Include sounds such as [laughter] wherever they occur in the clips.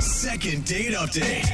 Second date update.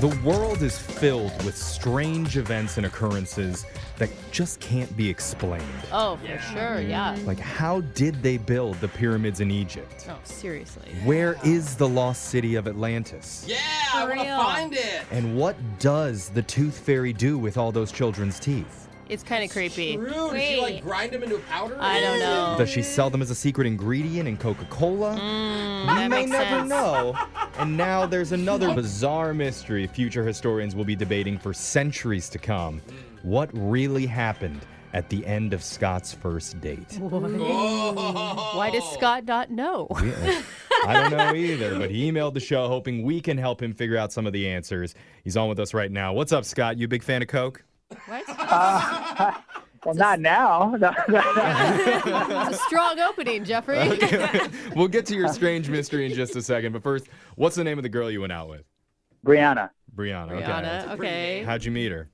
The world is filled with strange events and occurrences that just can't be explained. Oh, for sure, yeah. Like, how did they build the pyramids in Egypt? No, seriously. Where is the lost city of Atlantis? Yeah, I want to real. find it. And what does the tooth fairy do with all those children's teeth? It's kind of creepy. Rude. Did she like Wait. grind them into a powder? I don't know. Does she sell them as a secret ingredient in Coca Cola? Mm, that you may makes never sense. know. [laughs] And now there's another bizarre mystery future historians will be debating for centuries to come. What really happened at the end of Scott's first date? Oh. Why does Scott not know? [laughs] Yeah. I don't know either, but he emailed the show hoping we can help him figure out some of the answers. He's on with us right now. What's up, Scott? You a big fan of Coke? [laughs] What? Well, not now. No, It's a strong opening, Jeffrey. [laughs] we'll get to your strange mystery in just a second, but first, what's the name of the girl you went out with? [laughs] Brianna, Brianna. okay. Brianna, okay. How'd you meet her?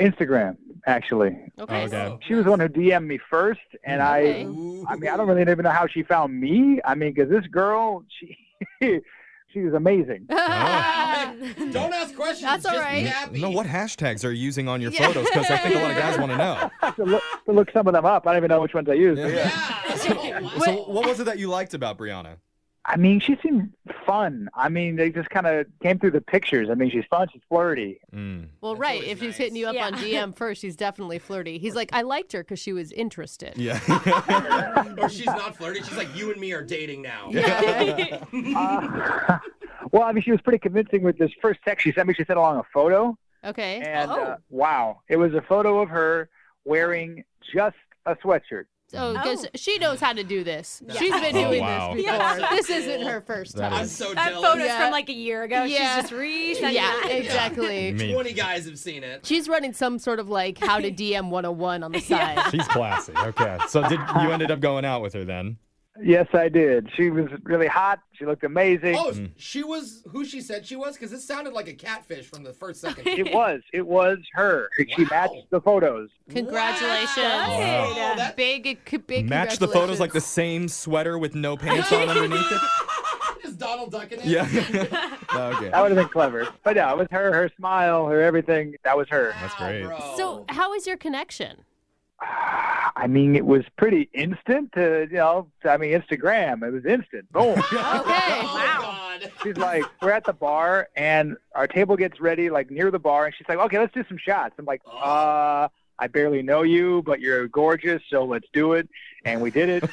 Instagram, actually. Okay. Okay. She was the one who DM'd me first, and I. Ooh. I mean, I don't really even know how she found me. I mean, 'cause this girl, she, [laughs] she was amazing. Don't ask questions. That's just all right. Be happy. No, what hashtags are you using on your Yeah. photos? Because I think a lot of guys want to know. I have to look, to look some of them up. I don't even know which ones I used. but Yeah. [laughs] Yeah. So, what was it that you liked about Brianna? I mean, she seemed fun. I mean, they just kind of came through the pictures. I mean, she's fun. She's flirty. Mm. [laughs] Well, That's right. always If she's nice. hitting you up Yeah. on DM first, she's definitely flirty. He's like, I liked her because she was interested. Yeah. or she's not flirting. She's like, you and me are dating now. [laughs] Yeah. Uh, [laughs] well, I mean, she was pretty convincing with this first text she sent me. She sent along a photo. okay. And Oh. uh, wow, it was a photo of her wearing just a sweatshirt. So, because Oh. she knows how to do this. That's- She's been Oh, doing wow. this before. Yeah. This isn't her first That time. I'm is- so That jealous. photo's Yeah. from like a year ago. Yeah. She's just resending Yeah, that. exactly. Me. 20 guys have seen it. She's running some sort of like how to DM 101 on the side. [laughs] She's classy. Okay. So did [laughs] you ended up going out with her then? Yes, I did. She was really hot. She looked amazing. Oh, Mm. she was who she said she was? Because this sounded like a catfish from the first [laughs] second. It was. It was her. She Wow. matched the photos. Congratulations. Wow. Wow, that- Big, uh, c- big Match the photos like the [laughs] this. same sweater with no pants on underneath it? Is Donald Duck in it? [laughs] Yeah. Oh, okay. That would have been clever. But no, it was her, her smile, her everything. That was her. That's great. bro. So, how is your connection? I mean, it was pretty instant to, you know, I mean, Instagram. It was instant. [laughs] Boom. Okay. Oh, Wow. God. she's like, we're at the bar and our table gets ready, like near the bar. And she's like, okay, let's do some shots. I'm like, Oh. uh, I barely know you, but you're gorgeous. So let's do it. And we did it.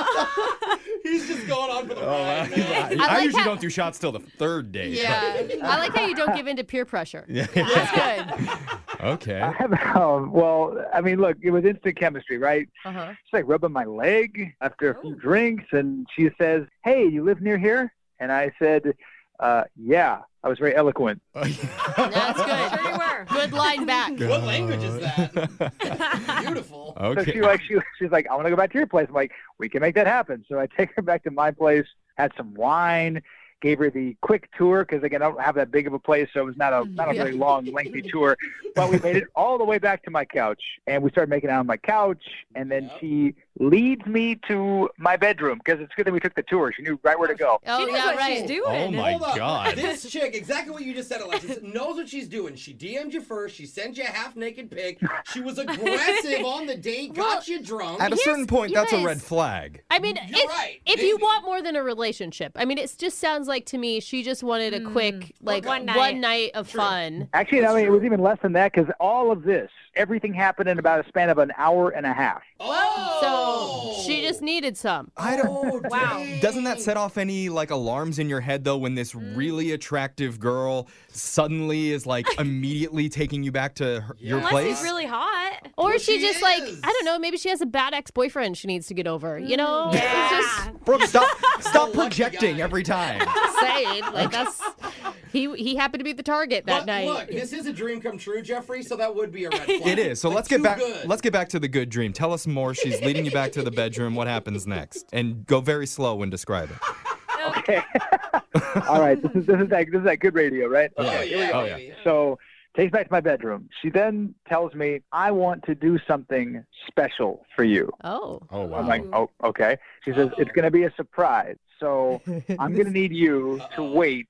[laughs] He's just going on for the Oh, wow. ride. man. [laughs] I, like usually how- don't do shots till the third date. I like how you don't give in to peer pressure. [laughs] Yeah. That's good. Okay. I have, [laughs] um, well, I mean, look, it was instant chemistry, right? Uh-huh. She's like rubbing my leg after a few drinks, and she says, "Hey, you live near here?" And I said, uh, "Yeah." I was very eloquent. That's good. [laughs] Sure you were. Good line back. What language is that? [laughs] Beautiful. So [laughs] she okay. like she she's like, "I want to go back to your place." I'm like, "We can make that happen." So I take her back to my place, had some wine. Gave her the quick tour because again I don't have that big of a place, so it was not a not a Yeah. very long, lengthy tour. But we made it all the way back to my couch, and we started making out on my couch. And then Yep. she leads me to my bedroom because it's good that we took the tour. She knew right where to go. Oh, she knows yeah, what right. she's doing. Oh my Hold up. God. This chick, exactly what you just said, Alexis, knows what she's doing. She DM'd you first. She sent you a half naked pic. She was aggressive on the date, got you drunk. At a certain point, you that's a guys- red flag. I mean, You're if, right. if you Maybe. want more than a relationship, I mean, it just sounds like to me she just wanted a quick, like one night. of fun. Actually, I mean, it was even less than that because all of this, everything happened in about a span of an hour and a half. oh! So she just needed some. I don't. Oh, Wow. dang. Doesn't that set off any like alarms in your head though when this Mm. really attractive girl suddenly is [laughs] like immediately taking you back to her, your Unless Unless place? he's really hot. Or Well, she, she just like, I is. don't know, maybe she has a bad ex boyfriend she needs to get over. You know? Mm, Yeah. It's just [laughs] Brooke, stop stop lucky projecting guy. every time. saying. Like that's he he happened to be the target that But night. Look, this is a dream come true, Jeffrey. So that would be a red flag. It is. So Like, let's get too back good. let's get back to the good dream. Tell us more. She's leading you back to the bedroom. What happens next? And go very slow when describing. [laughs] all right, this is this is that this is that good radio, right? Oh yeah. Oh, yeah. baby. So Takes me back to my bedroom. She then tells me, I want to do something special for you. Oh. Oh wow. I'm like, oh, okay. She says, it's going to be a surprise. [laughs] So [laughs] I'm going to need you to Uh-oh. wait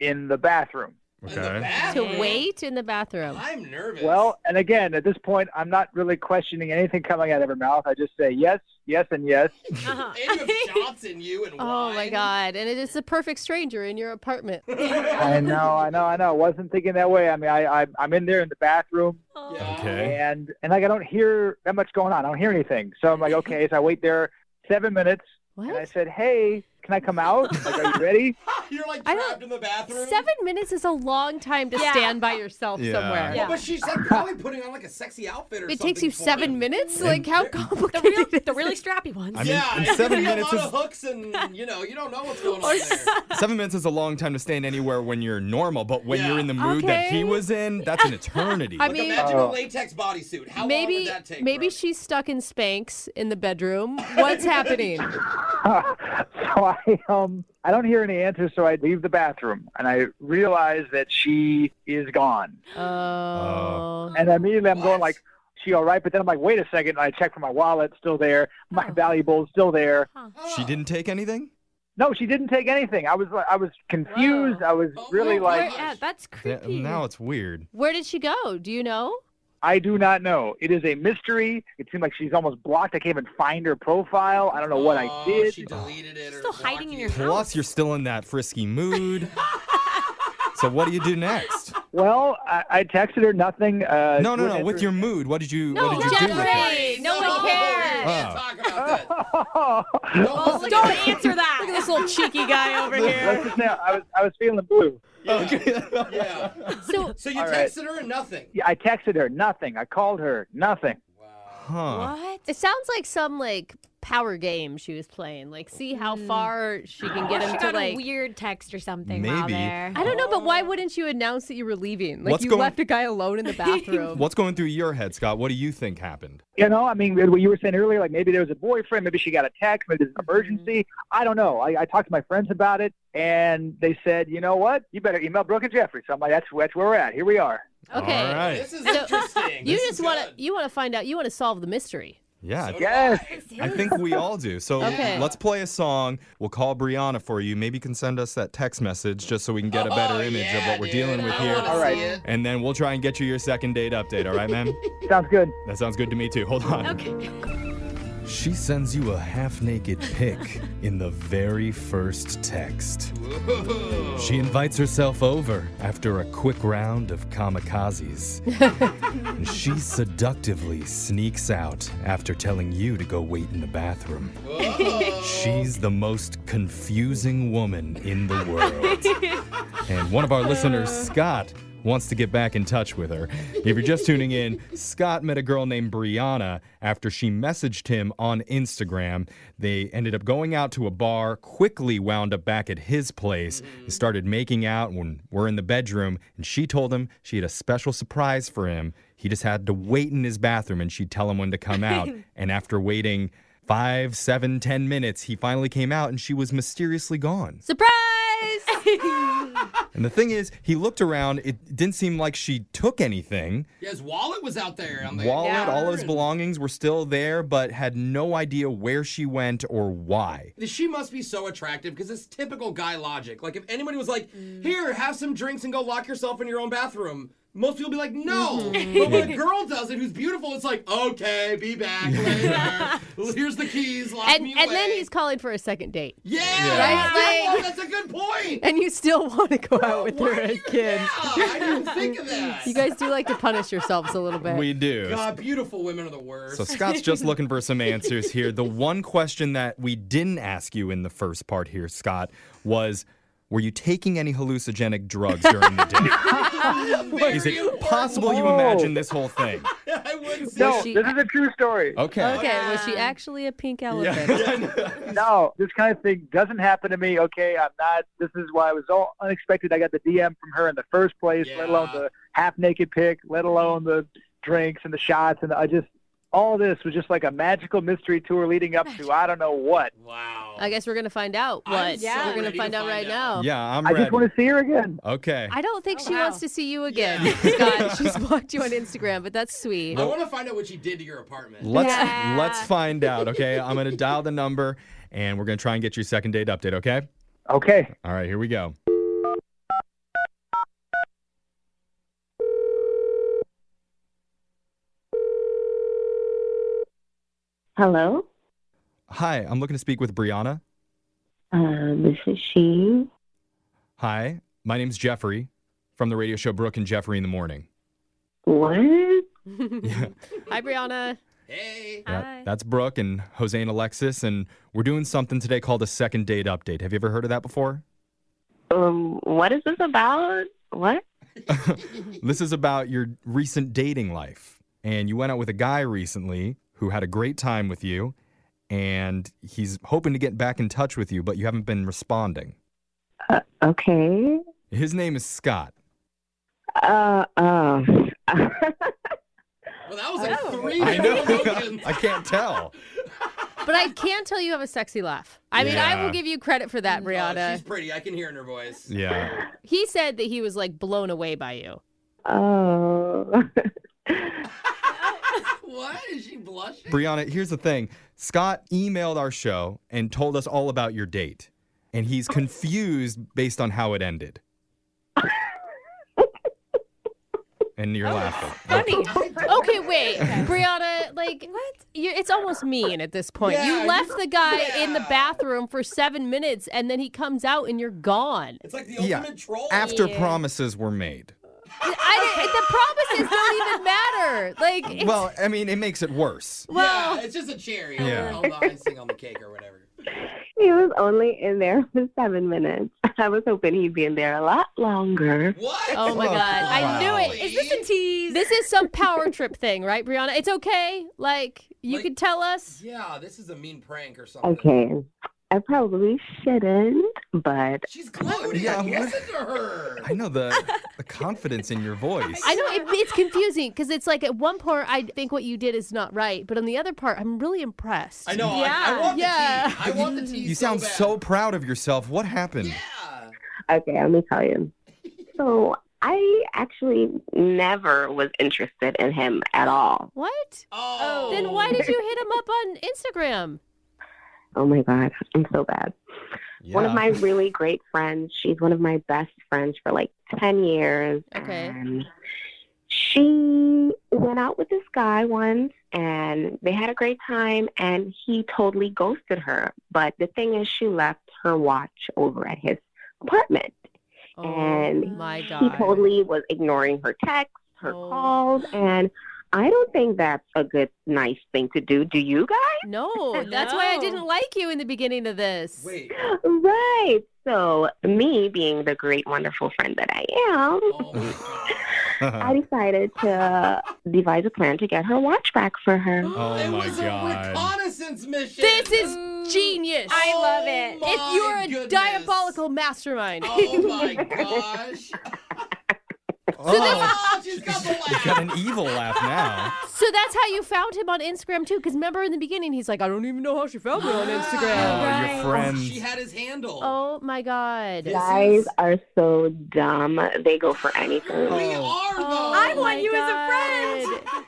in the bathroom. In the bathroom? To wait in the bathroom. I'm nervous. Well, and again, at this point, I'm not really questioning anything coming out of her mouth. I just say yes, yes, and [laughs] yes. Uh-huh. and with shots in you and Oh my wine. [laughs] god. And it is the perfect stranger in your apartment. I know, I know, I know. Wasn't thinking that way. I mean, I, I I'm in there in the bathroom, Oh. Yeah. Okay. and and like I don't hear that much going on. I don't hear anything. So I'm like, okay. So I wait there seven minutes, and I What? said, hey, can I [laughs] come out? Like, are you ready? [laughs] You're like I don't- trapped in the bathroom. Seven minutes is a long time to Yeah. stand by yourself Yeah. somewhere. Well, but she's like probably putting on like a sexy outfit or It something. takes you for seven him. minutes? Like how complicated [laughs] The real, is Oh. the it? really strappy ones. I mean, yeah, in it could seven be minutes a lot is- of hooks and you know you don't know what's going on there. Seven minutes is a long time to stand anywhere when you're normal, but when Yeah. you're in the mood that he Okay. was in, that's an eternity. [laughs] I Like, mean- imagine a Oh. latex bodysuit. How long maybe would that take? maybe bro? she's stuck in Spanx in the bedroom. What's happening? so I um I don't hear any answers. So I leave the bathroom, and I realize that she is gone. Oh. And immediately I'm What? going like, she all right? But then I'm like, wait a second. And I check for my wallet, still there. My Oh. valuables, still there. Oh. She didn't take anything? No, she didn't take anything. I was like, I was confused. I was Oh, really no, like, wait. yeah, that's That- creepy. now it's weird. Where did she go? Do you know? I do not know. It is a mystery. It seemed like she's almost blocked. I can't even find her profile. I don't know what I Oh, did. She deleted it. or Still hiding in your blocked Plus, you're still in that [laughs] frisky mood. so what do you do next? Well, I, I texted her nothing. Uh, No, no, wouldn't no. With answer- your mood, what did you what No, did you do with it? Jeffrey! you. No one We cares. can't Oh. talk about that. [laughs] Oh, Don't- don't answer that. Look at this little Cheeky [laughs] guy over [laughs] Let's just say I was I was feeling blue. [laughs] Okay. Yeah. So So you All right. texted her and nothing. Yeah, I texted her nothing. I called her nothing. Wow. Huh. What? it sounds like some like power game she was playing. Like see how far she can get Or Hmm. she him to got a like weird text or something while Maybe. there. I don't know, but why wouldn't you announce that you were leaving? Like What's you going- left a guy alone in [laughs] the bathroom. What's going through your head, Scott? What do you think happened? You know, I mean, what you were saying earlier, like maybe there was a boyfriend, maybe she got a text, maybe there's Mm-hmm. an emergency. I don't know. I, I talked to my friends about it, and they said, you know what? You better email Brooke and Jeffrey. So I'm like, that's, that's where we're at. Here we are. Okay. All right. This is So, interesting. You This is just want to good. you want to find out. You want to solve the mystery. Yeah. So- Yes. I think we all [laughs] do. So Okay. let's play a song. We'll call Brianna for you. Maybe you can send us that text message just so we can get a Oh, better image of yeah, what we're dude. dealing with I here. wanna All right. see it. And then we'll try and get you your second date update, all [laughs] right, ma'am? Sounds good. that sounds good to me too. Hold on. [laughs] Okay. [laughs] She sends you a half naked pic in the very first text. Whoa. She invites herself over after a quick round of kamikazes. and she seductively sneaks out after telling you to go wait in the bathroom. Whoa. She's the most confusing woman in the world. and one of our listeners, Scott, wants to get back in touch with her. If you're just tuning in, Scott met a girl named Brianna after she messaged him on Instagram. They ended up going out to a bar, quickly wound up back at his place, and started making out when we're in the bedroom. And she told him she had a special surprise for him. He just had to wait in his bathroom and she'd tell him when to come out. and after waiting, Five, seven, ten minutes, he finally came out and she was mysteriously gone. Surprise! And the thing is, he looked around. It didn't seem like she took anything. Yeah, his wallet was out there. On the Wallet, all of his belongings. belongings were still there, but had no idea where she went or why. She must be so attractive because it's typical guy logic. Like, if anybody was like, Mm. here, have some drinks and go lock yourself in your own bathroom, most people would be like, no. Mm-hmm. But when a [laughs] girl does it who's beautiful, it's like, okay, be back later. Here's the keys, lock [laughs] and me and then away." he's calling for a second date, Yeah, Yeah. that's- Right, that's a good point. [laughs] and you still want to go out with Why her do you- again. Yeah, I didn't think of that. You guys do like to punish yourselves a little bit. We do. God, beautiful women are the worst. [laughs] So Scott's just looking for some answers here. The one question that we didn't ask you in the first part here, Scott, was were you taking any hallucinogenic drugs during the day? Very [laughs] Is it important. possible you Whoa. imagine this whole thing? [laughs] I would say. No, she- this is a true story. Okay. okay, was she Yeah. actually a [laughs] pink elephant? Yeah. No, this kind of thing doesn't happen to me. Okay, I'm not. This is why it was all unexpected. I got the DM from her in the first place, let alone Yeah. the half naked pic, let alone the drinks and the shots, and I just all this was just like a magical mystery tour leading up to I don't know what. Wow. I guess we're gonna find out I'm what. so we're gonna ready to find out find right out. now. Yeah, I'm I ready. just want to see her again. Okay. I don't think Oh, she wow. wants to see you again, [laughs] Yeah. Scott. She's blocked you on Instagram, but that's sweet. I want to find out what she did to your apartment. Let's Yeah. let's find out, okay? I'm going to dial the number and we're going to try and get your second date update, okay? Okay. All right, here we go. Hello, Hi, I'm looking to speak with Brianna. uh, this is she. Hi, my name's Jeffrey from the radio show Brooke and Jeffrey in the Morning. What? Hi, Brianna. Hey. [laughs] Yeah, Hi. that's Brooke and Jose and Alexis, and we're doing something today called a second date update. Have you ever heard of that before? Um, what is this about? What? This is about your recent dating life. And you went out with a guy recently who had a great time with you, and he's hoping to get back in touch with you, but you haven't been responding. Okay. His name is Scott. Uh, uh. [laughs] Well, that was like Oh. three [laughs] I know. different emotions. I can't tell. But I can tell you have a sexy laugh. I mean, I Yeah. will give you credit for that, Oh, she's Brianna. pretty. I can hear in her voice. Yeah. He said that he was like blown away by you. oh. [laughs] [laughs] what? Is she blushing? Brianna, here's the thing Scott emailed our show and told us all about your date, and he's confused based on how it ended. and you're laughing. Funny. [laughs] Okay, [laughs] wait, [laughs] Brianna. Like, What? you it's almost mean at this point. Yeah, you left you- the guy in the yeah. bathroom for seven minutes, and then he comes out, and you're gone. It's like the Yeah. ultimate troll. After Yeah. promises were made. [laughs] I, the promises don't even matter. Like, it's- Well, I mean, it makes it worse. well, yeah, it's just a cherry. Yeah. Held on icing on the cake or whatever. he was only in there for seven minutes. [laughs] I was hoping he'd be in there a lot longer. What? [laughs] Oh my Oh, God. I wow. knew it. Is this a tease? This is some power trip thing, right, Brianna? It's okay. Like, you Like- could tell us. Yeah, this is a mean prank or something. Okay. I probably shouldn't, but She's gloating. Yeah, Listen to her. I know the, the confidence in your [laughs] voice. I know it, it's confusing because it's like at one part, I think what you did is not right. But on the other part, I'm really impressed. I know. I, I Yeah. want the Yeah. tea. I want the tea. You sound bad. so proud of yourself. What happened? Yeah. Okay, let me tell you. So I actually never was interested in him at all. What? Oh. Then why did you hit him up on Instagram? Oh my god, I'm so bad. One of my really great friends, she's one of my best friends for like ten years. Okay. And she went out with this guy once and they had a great time and he totally ghosted her. But the thing is she left her watch over at his apartment. Oh And my God. Um, he totally was ignoring her texts, her Oh. calls, and I don't think that's a good, nice thing to do. Do you guys? [laughs] No, that's why I No. didn't like you in the beginning of this. [laughs] Wait. Right. So, me being the great, wonderful friend that I am, Oh my god. [laughs] [laughs] I decided to devise a plan to get her watch back for her. Oh it my was God. a reconnaissance mission. This Ooh. is genius. I Oh love it. my if you're a goodness. diabolical mastermind. Oh my [laughs] gosh. oh, Oh, she's got the you laugh. got an evil laugh now. So that's how you found him on Instagram too. Because remember in the beginning, he's like, I don't even know how she found me [gasps] on Oh, Instagram. Right. your friends. She had his handle. oh my god. This Guys is- are so dumb. They go for Oh. anything. We are Oh though. Oh I want you as a friend. as a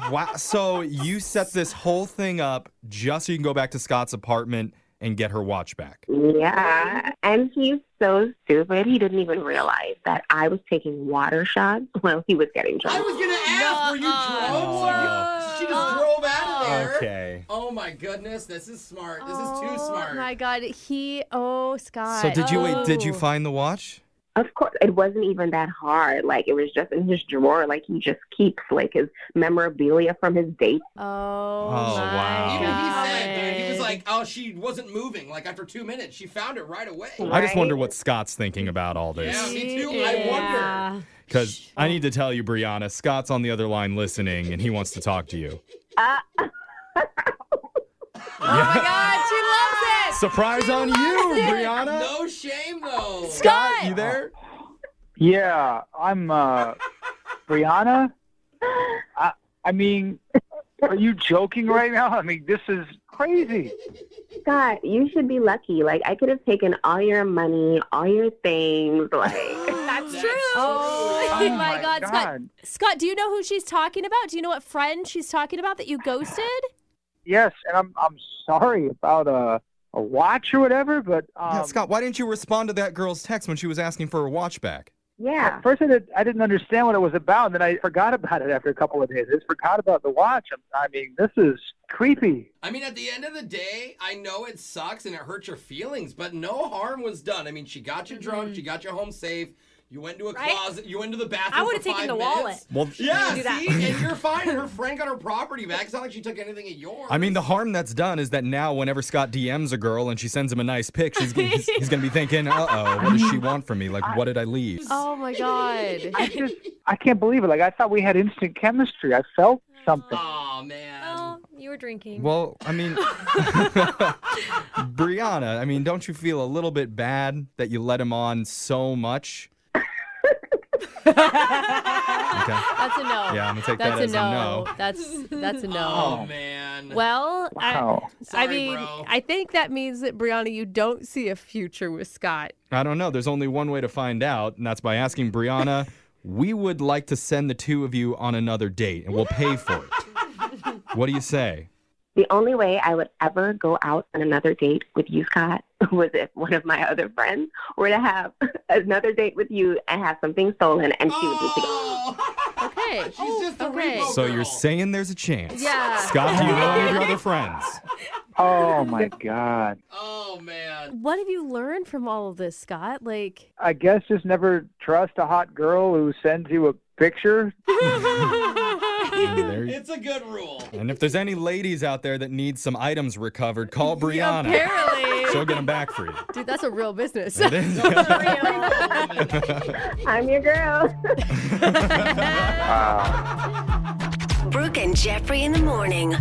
friend. Wow. So you set this whole thing up just so you can go back to Scott's apartment and get her watch back. Yeah, and he's so stupid. He didn't even realize that I was taking water shots [laughs] while he was getting I drunk. was gonna ask, were you drunk? Nuh-uh. So you- She just drove out of there. Okay. Oh my goodness, this is smart. This is too Oh smart. my god. He. Oh Scott. So did you wait? Did you Oh. find the watch? Of course, it wasn't even that hard. Like it was just in his drawer. Like he just keeps like his memorabilia from his date. Oh, Oh, my wow. Even God. he said, dude, he was like, oh, she wasn't moving. Like after two minutes, she found it right away. I just Right. wonder what Scott's thinking about all Yeah, this. me too. I wonder. Yeah. Because I need to tell you, Brianna, Scott's on the other line listening and he wants to talk to you. Ah. Oh my God, she loves it. [laughs] Surprise on you, Brianna. No shame though. Scott, you there? Yeah, I'm uh, Brianna. I, I mean, Are you joking right now? I mean, this is crazy. Scott, you should be lucky. Like I could have taken all your money, all your things. [laughs] Like That's true. [laughs] Oh, Oh my my God, Scott. God. Scott, do you know who she's talking about? Do you know what friend she's talking about that you ghosted? Yes, and I'm I'm sorry about a a watch or whatever, but um, yeah, Scott, why didn't you respond to that girl's text when she was asking for a watch back? yeah. At first, I, did, I didn't understand what it was about, and then I forgot about it after a couple of days. I just forgot about the watch. i I mean, this is creepy. I mean, at the end of the day, I know it sucks and it hurt your feelings, but no harm was done. I mean, she got you drunk, Mm-hmm. she got you home safe. You went to a Right? closet, you went to the bathroom. I would've for taken five the minutes. Well, wallet. Yeah, do that. see, and you're fine. [laughs] Her friend got her property back. It's not like she took anything of yours. [laughs] I mean, the harm that's done is that now whenever Scott DMs a girl and she sends him a nice pic, she's, he's, he's going to be thinking, uh-oh, what does she want from me? Like, what did I leave? Oh my God. I just, I can't believe it. Like, I thought we had instant chemistry. I felt something. Oh man. Well, you were drinking. Well, I mean, [laughs] Brianna, I mean, don't you feel a little bit bad that you let him on so much? [laughs] Okay. [laughs] That's a no. Yeah, I'm gonna take That's that as a a no. no. That's that's a [laughs] Oh no. man. Well, Wow. I, I Sorry, mean, bro. I think that means that Brianna, you don't see a future with Scott. I don't know. There's only one way to find out, and that's by asking Brianna. we would like to send the two of you on another date, and we'll pay for it. what do you say? The only way I would ever go out on another date with you, Scott, [laughs] was if one of my other friends were to have [laughs] another date with you and have something stolen, and she would be together. [laughs] [gasps] Oh! Okay. [laughs] She's just a okay. repo So girl. you're saying there's a chance? Yeah. Scott, do you know any of [laughs] your other friends? Oh my God. Oh man. What have you learned from all of this, Scott? [laughs] Like, I guess just never trust a hot girl who sends you a picture. Mm, There you- It's a good rule. And if there's any ladies out there that need some items recovered, call Brianna. apparently, She'll get them back [laughs] for you. dude, that's a real business. It is- [laughs] I'm your girl. Wow. Brooke and Jeffrey in the morning.